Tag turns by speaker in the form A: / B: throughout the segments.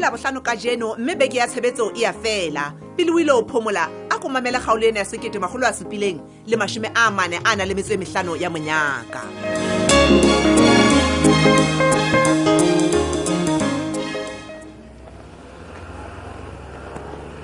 A: labohlano ka jeno mme beke ya tshebetso e ya fela pele o ile o phomola a ko mamele kgaolo ena ya sekete magolo a supileng le mashome a mane a na le metso e mehlano ya monyaka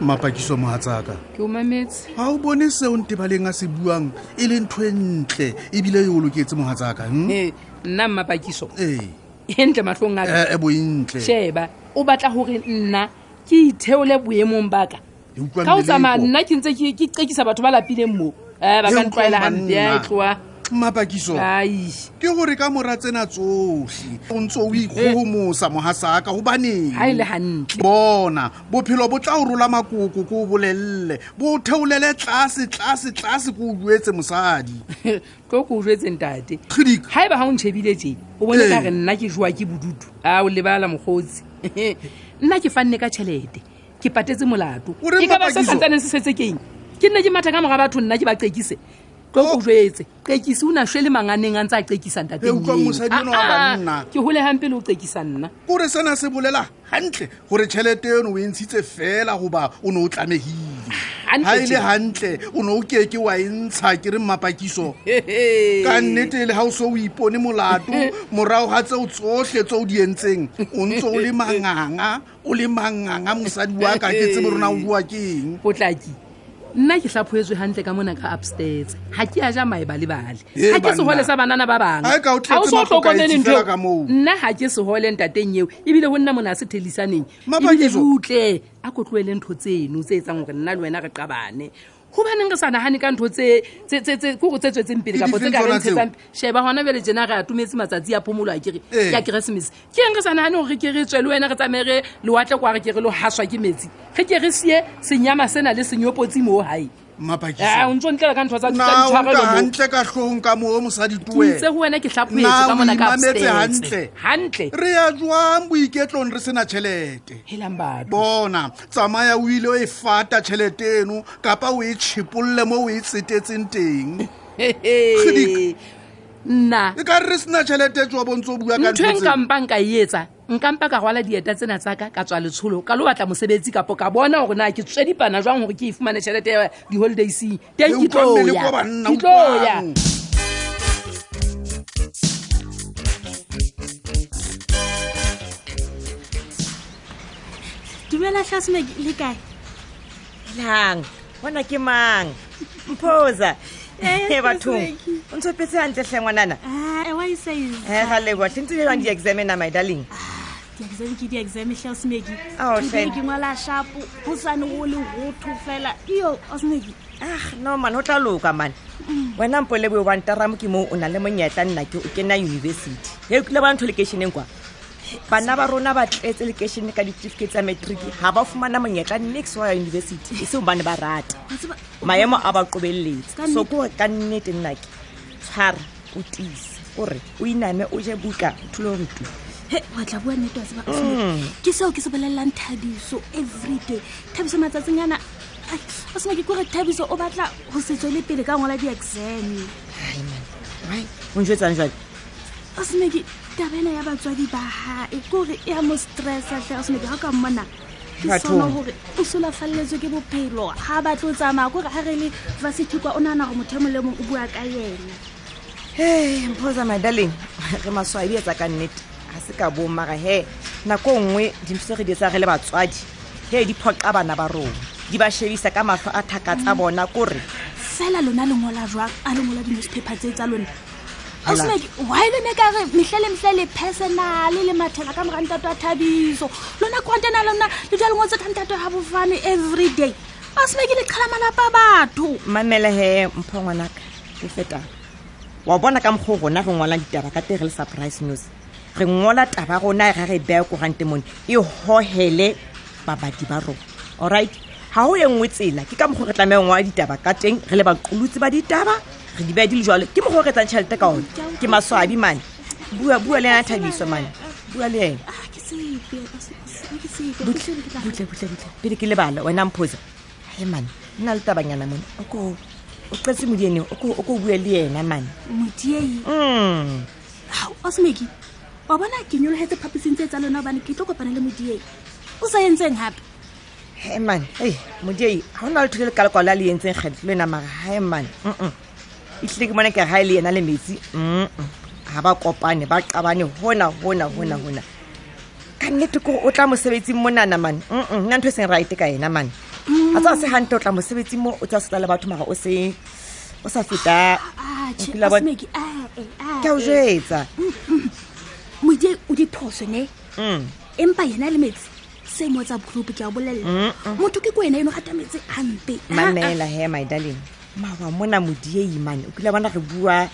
B: mapakiso mohatsaka
C: ke o mametse
B: ga o bone seo ntebaleng a se buang e le ntho e ntle ebile e o loketse mohatsaka hm?
C: ee E, nna mmapakiso
B: ee
C: e ntle matlhong aka
B: e boentle
C: sheba o batla gore nna ke itheole boemong baka
B: Ke E utlwa
C: ka o
B: mmeleko.
C: tsamaya nna ke ntse ke qekisa batho ba lapileng moo Eh, ba
B: Ke
C: ka
B: utlwa
C: ntlwaela gampe
B: manna.
C: a tloa
B: mapakiso
C: ai
B: ke gore ka mora tsena tsotlhe o ntse o ikgogomosa mohasaka gobaneng
C: ga e le gantle
B: bona bophelo bo tla o rola makoko ko o bolelele bo o theolele tlase tlase tlase ko o duetse mosadi
C: tlo ko o jwetseng tate
B: kgedik
C: ga e ba ga o ntšhebile tse o bone
B: Ee.
C: ka re nna ke jwa ke bodutu a o lebala mokgotsi nna ke fanne ka tšhelete ke patetse molato
B: O reng
C: e ka ba
B: Mapakiso?
C: se santsaneng se setse keng ke nne ke matha ka moga batho nna ke ba qekise tlo ko
B: Oh.
C: jetse qekise o na shwe le manganeng a ntse a qekisa Ah,
B: He, utlwa mosadi enwa wa banna.
C: ke gole gampe le o qekisa nna
B: kore sena se bolela gantle gore tšhelete eno o e ntshitse fela goba o ne o tlamegile
C: Hantle
B: ga e le
C: tjena.
B: gantle o ne o keke wa e ntsha ke re mapakiso ka
C: ka
B: nnete le ga o se o ipone molato morago ga tseo tsotlhe tse o di entseng o ntse o le manganga o le manganga mosadi wa ka ke tsebe rona o bua ke eng
C: potlaki nna ke hlaphoetswe gantle ka mona ka upstairs ga ke a ja maeba le bale
B: Hee,
C: ga ke
B: banna.
C: segole sa banana ba bangwe
B: Ha e ka o tletse
C: so
B: mapoka
C: hlokomele
B: etsi
C: ntho eo.
B: fela ka moo.
C: nna ga ke segole ntateng eo ebile go nna mona a se thelisaneng ebile
B: Mapakiso.
C: ke utle a ko tloele ntho tseno tse etsang gore nna le wena re qabane gobaneng re sa nagane ka ntho tse tse- tse- tse- kore tse tswetseng pele
B: Ke
C: kapo tse
B: difeng tsona
C: ka re
B: tseo?
C: ntshetsang sheba gona bjale jena re atometse matsatsi a phomolo ya kere
B: Ee.
C: ya keresemese ke eng re sa nagane gore ke re tswe le wena re tsamaye re lewatle kwa re ke re le haswa ke metsi ge ke re sie senyama sena le senyopotsi moo gae
B: mapakiso
C: o ntse o ntlela ka ntho tsa
B: na o nka
C: ditshwarelo moo
B: gantle ka tlhogong ka moo mosadi
C: ke
B: tuwe
C: itse go wena ke
B: Na
C: tlhapoetse ka
B: o
C: mona ka
B: imametse hantle.
C: upstairs. hantle
B: re ya jwang boiketlong re sena tšhelete
C: helang batho
B: bona tsamaya o ile o e fata tšhelete eno kapa o e tšhipolle mo o e tsetetseng teng
C: He, he.
B: Kgedik.
C: nna
B: e ka re re sena tšhelete tswa bontse o bua ka
C: ntho e
B: ntho tse-
C: nkampa nka e etsa nkampa ka rwala dieta tsena tsaka ka tswa letsholo ka lo batla mosebetsi kapo ka bona gore na ke tswe dipana jwang gore ke e fumane tšhelete ya di-holidayseng
B: He,
C: teng ke
B: utlwa
C: tlo
B: mmele
C: ya.
B: kwa banna,
C: Ke tlo
B: utlwang.
C: ya
D: dumela tlhasome le kae
E: lang bona ke mang mphosa
D: Eh,
E: e bathong
D: Seki.
E: o ntshopetse gantle ngwanana
D: Ah,
E: Eh,
D: e ewaisaisa
E: ga leboa tlentse le jang di-examena my darling
D: di-exam ke di-exam tlhaosmeki
E: Ao, hle.
D: ebile ke ngwala shapo go sane go le rotho fela eo osmeki
E: ah no man go tla loka man wena mpo le boe wantaramo ke moo o na le monyetla nna ke o kena university e kile ba ntho lekešeneng kwa bana ba rona ba tletse lekešene ka ditefikate tsa matric ga ba fumana monyetla next wa ya university e seo bane ba rata maemo a ba
D: Ka
E: qobelletse
D: nnete.
E: so kore ka nnete nnake tshwara o tiise kore o iname o je buka o thule gore tu
D: he watla bua nnete wa tseba Osmeki. ke seo ke se bolelelang thabiso every day thabiso matsatsing ana osmeki kore thabiso o batla go se tswele pele ka ngwala di-exam
E: onjetsang jale
D: osmeki tabena ya batswadi ba gae kore e ya mo stressa tle osmeki ga o ka mmona ke sona
E: Bathong.
D: gore o solafaleletswe ke bophelo ga batlo o tsamaya kore ga re le vasethikwa o nagana gore motho e mong le mong o bua ka yena
E: e mphosa madaleng re maswabi etsa ka nnete ga se ka bommaga he nako nngwe dintho tse re di etsang re le batswadi he di phoqa bana ba rona di ba shebisa ka matlho a thaka tsa bona kore
D: fela lona lengola jwang a lengola di-newspaper tse tsa lona osmeki why lone ka re metlhe le metlhe le personale le mathela ka moga ntato wa thabiso lona kontena lona le ja lengwetse ka ntato ya bofane every day osmeki le qhala malapa a batho
E: mamele he mpho ngwanaka ke fetang wa bona ka mokgwa oo rona re ngwalang ditaba ka teng re le surprise news re ngola taba ya rona ga re bea korante mone e hohele babadi ba rona alright ga o e nngwe tsela ke ka mokgwa re tlameya ngola ditaba ka teng re le baqolotsi ba ditaba re di bea di le jalo ke mokgwa o re etsang tšhelete ka one ke maswabi mane bua bua le ena thabiso mane bua le ena
D: Ah, ke sepe, Osmeki, ke sepe. Ke tlile, ke tla-
E: butle butle butle pele ke lebala wena mphosa e mane nna le tabanyana mone o ko o qetse modieneng o ko o ko bue le ena mane
D: modiei
E: Mm.
D: osmeki wa bona ke nyolohetse phaphising tse tsa lona gobane ke tlo kopana le modiei o sa entseng gape
E: heman ei modie ga o na le thuto le ka lekwalo a le entseng kgadi le enamara heman etlile ke bone ke ga e le yena le metsi mm ga ba kopane ba qabane hona hona hona hona ka nnete kore o tla mosebetsing monana mane Mm-mm, nna ntho e seng right ka ena mane a tsa se gantle o tla mosebetsing mo o tsa setla le batho mara o se o sa feta
D: atšhe
E: Phela bona-
D: asmaki ae
E: ke a o jetsa
D: modie e. o diphosone
E: Mm.
D: empa yena le metsi se mo tsa group ke a o bolelela motho ke ko ena eno gata metsi gampe
E: Mm, mamela he my darling mawa mona modiei mane o kile bona re bua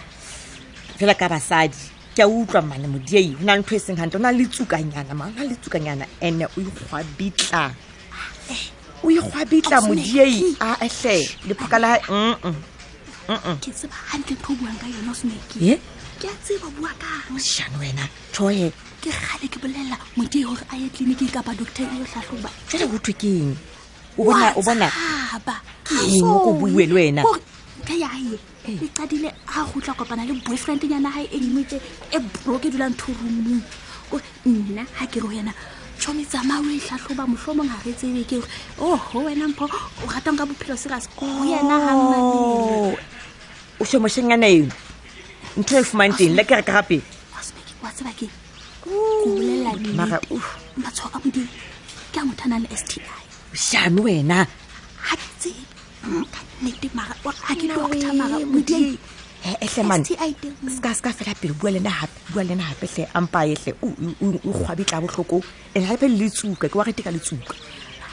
E: fela ka basadi ke a utlwa mane modiei go na le ntho e seng gantle o na le tsukanyana ma o na le tsukanyana ande o ikgwabitla o ikgwabitla
D: Ausi Meki.
E: modiei aetlhe lephoka la Mm. Mm-mm.
D: ke tseba gantle ntho o buang ka yona osmaki
E: Ye?
D: ke a tseba o bua kang
E: shane wena thohe
D: ke gale ke bolelela modie gore a ye tleliniking kapa doctor a yo tlhatlhoba
E: jale go thwe ke eng o bona o bona
D: tshaba.
E: Ke eng o ko bue le wena?
D: Hore- ka yae e qadile ga gotla kopana le boyfriend ya nagae e dimetse e broke dulang thoromong kore nna ga ke re ho yena tšhomi tsamaya o e tlhatlhoba motlhomong ga re tsebe ke re oho wena mpho o ratang ka bophelo serase go yena gammaele
E: Oh, o shomoshengana eno ntho e fumanteng le kere ka gape
D: wa tseba ke ko bolelela
E: mara,
D: nnete matshwao a modimo ke a motho a nang le s t i
E: shane wena
D: ga ke tsebe Mm, ka nnete mara ga ke doctor mara modie
E: ehle mane
D: STI teng.
E: ska ska fela pele bua lena hape bua lena hape hle ampa ehle o kgwabi tla bohloko and hape le letsuka ke wa rete ka letsuka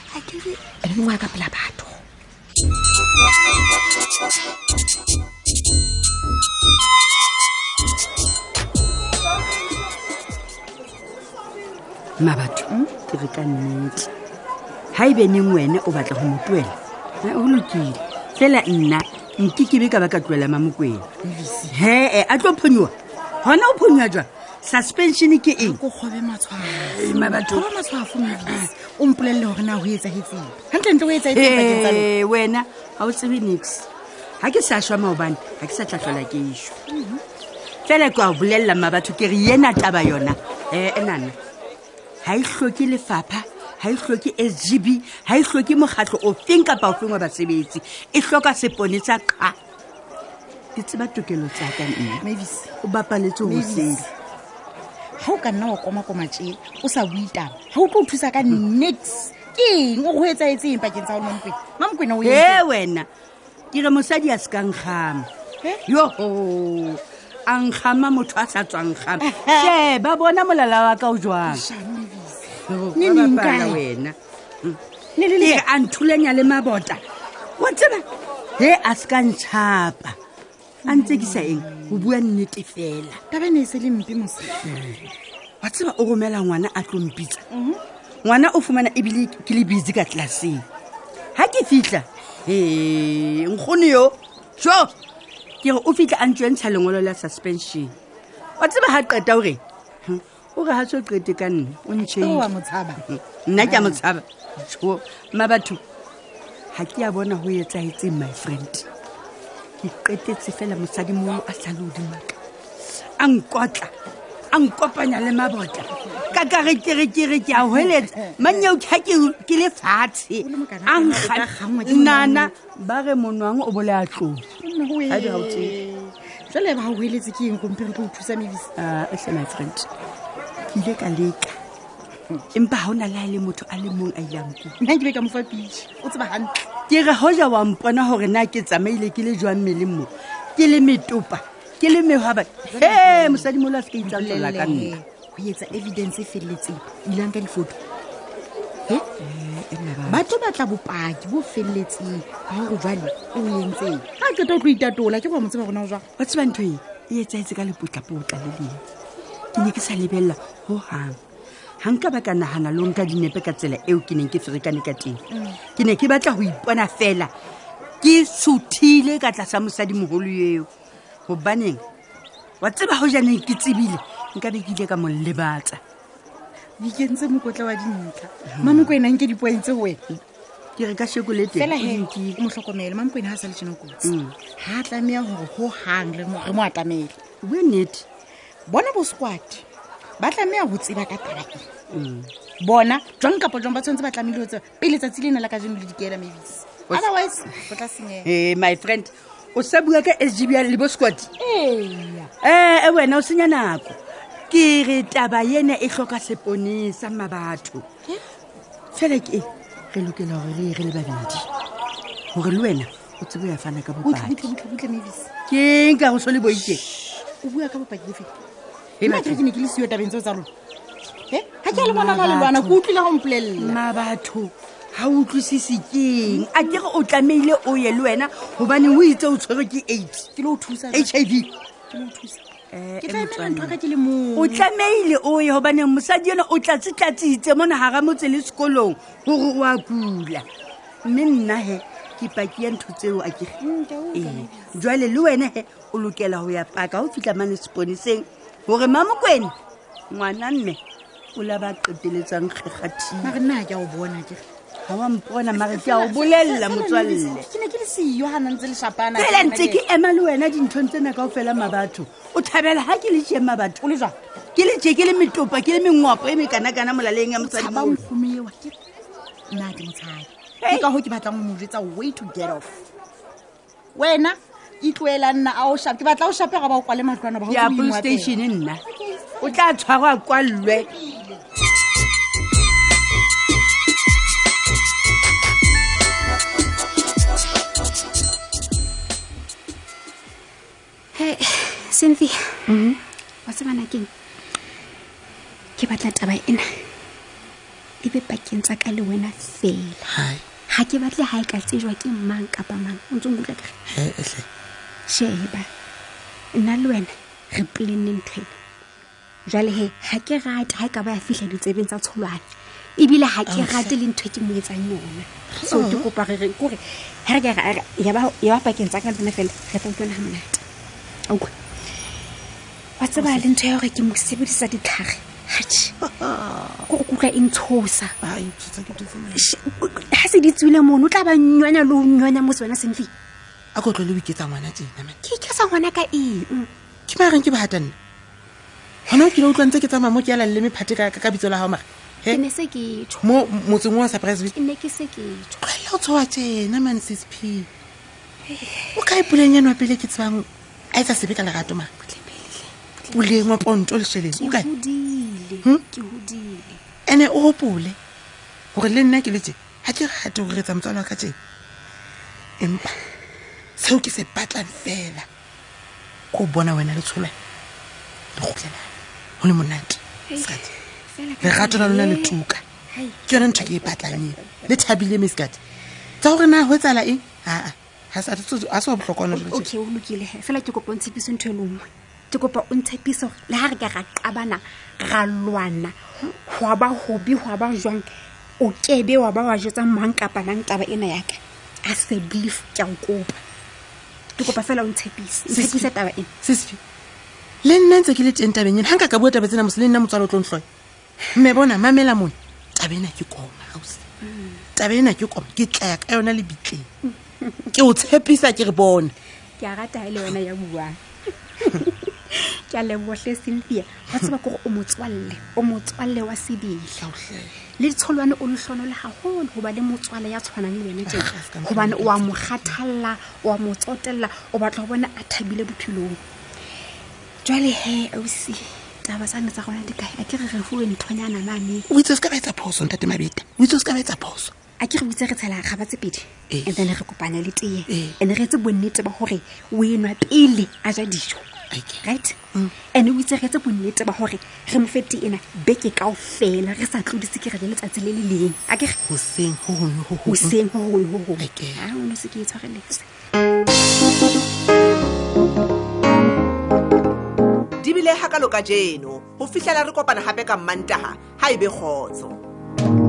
D: ga ke re
E: and mongwe ya ka pela batho
F: mabatho hm? ke re ka nnete ga e beneng wena o batla go motuela o lokile fela nna nke kebe ka ba ka tloela mamokwena hee a tlo phonyoa gona o phonyoa jwang suspension ke eng
G: ko kgobe matshwafo
F: Eh, mabatho.
G: Kgoba matshwafo Moebius. o mpolelele gore na go etsagetseng gantlentle go etsagetseng
F: Eh, wena ga o tsebe nix ga ke sa šwa maobane ga ke sa tlhatlhola ke išwa fela ke a bolelela mabatho ke re yena taba yona eh, e nana ga e tlhoke lefapha ga e tlhoke s g b ga e tlhoke mokgatlho ofeng kapa ofeng wa basebetsi e tlhoka sepone sa qa ke tseba tokelo tsaka nna
G: mavis
F: o bapaletse go sele
G: Mavis. ga o ka nna wa komakoma tee o sa buitaba ga o tlo o thusa ka nix ke eng o go etsaetseng pakeng tsa onomokwena mamokwena o
F: e wena ke re mosadi a se ka nkgama
G: Eh?
F: yoho a nkgama motho a sa tswang kgama she ba bona molala wa ka o jwang Yo,
G: Ne
F: ba
G: neng
F: bapala
G: kae?
F: wena
G: ne le
F: e re
G: le
F: a nthulenya le mabota wa tseba he a se ka ntšhapa a ntse ke sa eng go bua nnete fela
G: tabane e se le mpe mose
F: wa tseba o romela ngwana a tlompitsa ngwana o fumana ebile ke le busy ka tlelaseng ga ke fitlha e nkgono yo so ke re o fitlha a ntse ntsha lengwelo la suspension wa tseba ga qeta ore o re ga se o qete ka nna o
G: oa
F: ntšhee
G: motshaba
F: nna ke a motshaba o mma batho ga ke a bona go etsaetseng my friend ke qetetse fela mosadi molo a sale odimaka a nkotla a nkopanya le mabotla ka kare kere kere ke a hweletsa manyeo ga ke le fatshe
G: le mokana
F: a
G: o ka kgangwa ke
F: nana ba re monwang o bole a tlong Ha di ha o tsebe.
G: jale ba o eletse ke eng kompere tlo o thusa mavis
F: ehle my friend ke ile ka leka empa ga o na le a le motho a le mong a ilang kuku
G: nna ke be ka mofa pitšhe o tseba gantle
F: ke re hoja wa mpona gore na ke tsamaile ke le jwang mmeleng mo ke le metopa ke le mehwaba he mosadi molo a se ka itsatlola ka nna
G: go etsa evidence e feleletseng ilang ka difoto e
F: Eh,
G: ba tlo batla bopaki bo feleletseng ga gore jale e o entseng ga qeta o tlo itatola ke go mo tseba gona o jwang
F: wa tseba ntho e e etsaetse ka lepotlapotla le leng ke ne ke sa lebelela hohang ga nka ba ka nagana le o nka dinepe ka tsela eo ke neng ke ferekane ka teng ke ne ke batla go ipona fela ke suthile ka tlasa mosadimogolo eo gobaneng wa tseba go janeng ke tsebile nka be ke ile ka mo lebatsa
G: di kentse mokotla wa dintlha mamoko ena nke dipoaitse go wena
F: Hmm. ke re ka sheko le teng
G: fela
F: o
G: he
F: nkile.
G: motlhokomelo mamoko ena ga sa le tsena kotsi
F: Mm.
G: ga a tlameya gore go gang re mo atamele
F: bue nnete
G: bona bo squad
C: ba tlameya go tseba ka taba e
G: Mm.
C: bona jwang kapa jwang ba tshwanetse ba tlamehile go tseba pele letsatsi le na la ka jeno le dikela mabis
F: O s-
C: otherwise go tla senyega
F: Eh, my friend o sa bua ka sgbl le bo squad
C: ee
F: ee wena o senya nako ke re taba yena e tlhoka seponisa mabatho fela ke e re lokela gore re ere le babedi gore le wena o tsebo ya fana ka bopaki
C: butlhebutlhebutlhe mabis
F: ke eng ka go so le boiteng
C: o bua ka bopaki bofe
F: Hei,
C: nna kere ke ne ke le sio tabeng tseo tsa lona e ga ke a le ngwana la lelwana ke utlwile go mpolelela
F: mabatho ga o utlwisise keng a kere o tlameile o ye le wena gobane o itse o tshwerwe ke aids
C: ke le o thusa jwale,
F: h i v
C: ke le o thusa
F: Eh,
C: ke tla
F: eh,
C: emela
F: motswalle.
C: ntho ka ke le mong
F: o tlameile o ye gobane mosadi yone o tlatsitlatsitse mo nagara motse le sekolong gore o a kula mme nnahe ke paki ya ntho tseo a kere
C: Mm,
F: ee jwale le wenehe o lokela go ya paka o fitlha mane seponiseng gore mamokwene ngwana mme o la ba qeteletsang tlhogathia
C: mare nna ke a o bona kere
F: ga wa mpona mare ke a o bolelela motswalle
C: ke ne ke le seo ga nantse leshapana
F: fela ntse ke ema le wena dinthong tsena kao fela mabatho o thabela ha ke le jeng mabatho le jang ke le je ke le metopa ke le mengopo e mekanakana molaleng ya mosadi
C: tshaba
F: moo.
C: nkgomo ewa ke- nna ke motshabi
F: Hey.
C: ke ka go ke batlang ho mo jetsa way to get off wena itloela nna a o shape ke batla o shape ga ba o kwale matlwana ba
F: ke ya police station nna o tla tshwarwa kwallwe
D: Hey, cynthia wa tsebana keng ke batla taba ena e be pakeng tsa ka le wena fela ga ke batle ga e ka tsejwa ke mang kapa mang o ntse nkutlwa kare sheba nna le wena re plenne ntho ena jwale he ga ke rate ga e ka ba ya fitlha ditsebeng tsa tsholwane ebile ga ke rate le ntho e ke mo etsang yona so ke kopa re reng kore ga re ka ra- ya ba ya ba pakeng tsa ka tsena fela re tla utlwana ga monate auwa wa tseba le ntho ya gore ke mo sebedisa ditlhare hatšhe kore kutlwa e ntshosa She- ha se di tswile mono o tla ba nyonya le o nyonya mo sona senfi
G: a ko tlo le boiketsa ngwana tena man.
D: ke iketsa ngwana ka eng
G: ke mareng ke bahata nna gona o kile utlwa ntse ke tsamaya mo ke elang le mephate ka ka bitso la gago mara
D: ke
G: he
D: ne se ke tsho
G: mo motseng wa surprise
D: ke ne ke se ke tsho
G: tlwalela o tshoa tena man sis p o ka e puleng yanwa pele ke tsebang a e sa sebe ka lerato ma puleng wa ponto lesheleng
D: ke
G: o kae
D: hodile
G: Eh. Hmm?
D: ke hodile
G: ande o gopole gore le nna ke le tje ga ke rate go retsa motswalo wa ka tjena empa seo ke se batlang fela ko bona wena letsholwane le kgotlelana go le monate sekate
D: Feela ka
G: lerato la lona le tuka
D: Hai.
G: ke yone ntho ke e batlang eo le thabile meskate tsa gore na go etsala eng aa ga se wa botlhokwana
D: O- okay o lokile he fela ke kopa o ntshepise ntho e le nngwe ke kopa o ntshepise hore le ha re ka ra qabana ra lwana hwa ba hobe hwa ba jwang o kebe wa ba wa jwetsa mang kapa mang taba ena yaka a se belief ke a o kopa ke kopa fela o ntshepise ntshepise taba ena
G: sesfi le nna ntse ke le teng tabeng ena ga nka ka bua taba tsena mose le nna motswalo o tlo ntlhoya mme bona mamela mone taba ena ke koma gause taba ena ke koma ke tlaya ka yona lebitleng ke o tshepisa ke re bona
D: ke a rata ha e le wena ya buang ke a lebohle cynthia wa tseba kore o motswalle o motswalle wa sebele le tsholwane o lohlono le haholo ho ba le motswalle ya tshwanang le wena tjena hobane o a mo kgathalla o a mo tsotella o batla ho bona a thabile bophelong jwale he ausi taba tsane tsa rona di kae a ke re re fuwe nthonyana mane
G: o itse o se ka ba etsa phoso ntate mabeta o itse o se ka ba etsa phoso
D: a ke re bitse re tshela gaba tse pedi
G: Ee.
D: and then re kopana le teye
G: Ee.
D: and re etse bonnete ba gore o enwa pele a ja dijo
G: Okay.
D: right
G: Mm.
D: and o itse re etse bonnete ba gore re mo fete ena beke kao fela re sa tlodise ke re le letsatsi le le leng a kere
G: goseng go gongwe go gongwe.
D: goseng go gongwe go gongwe
G: Okay.
D: a ono se ke e tshwareletse
E: di bile gakalo ka jeno go fitlhela re kopana gape ka mmantaga ga e be kgotso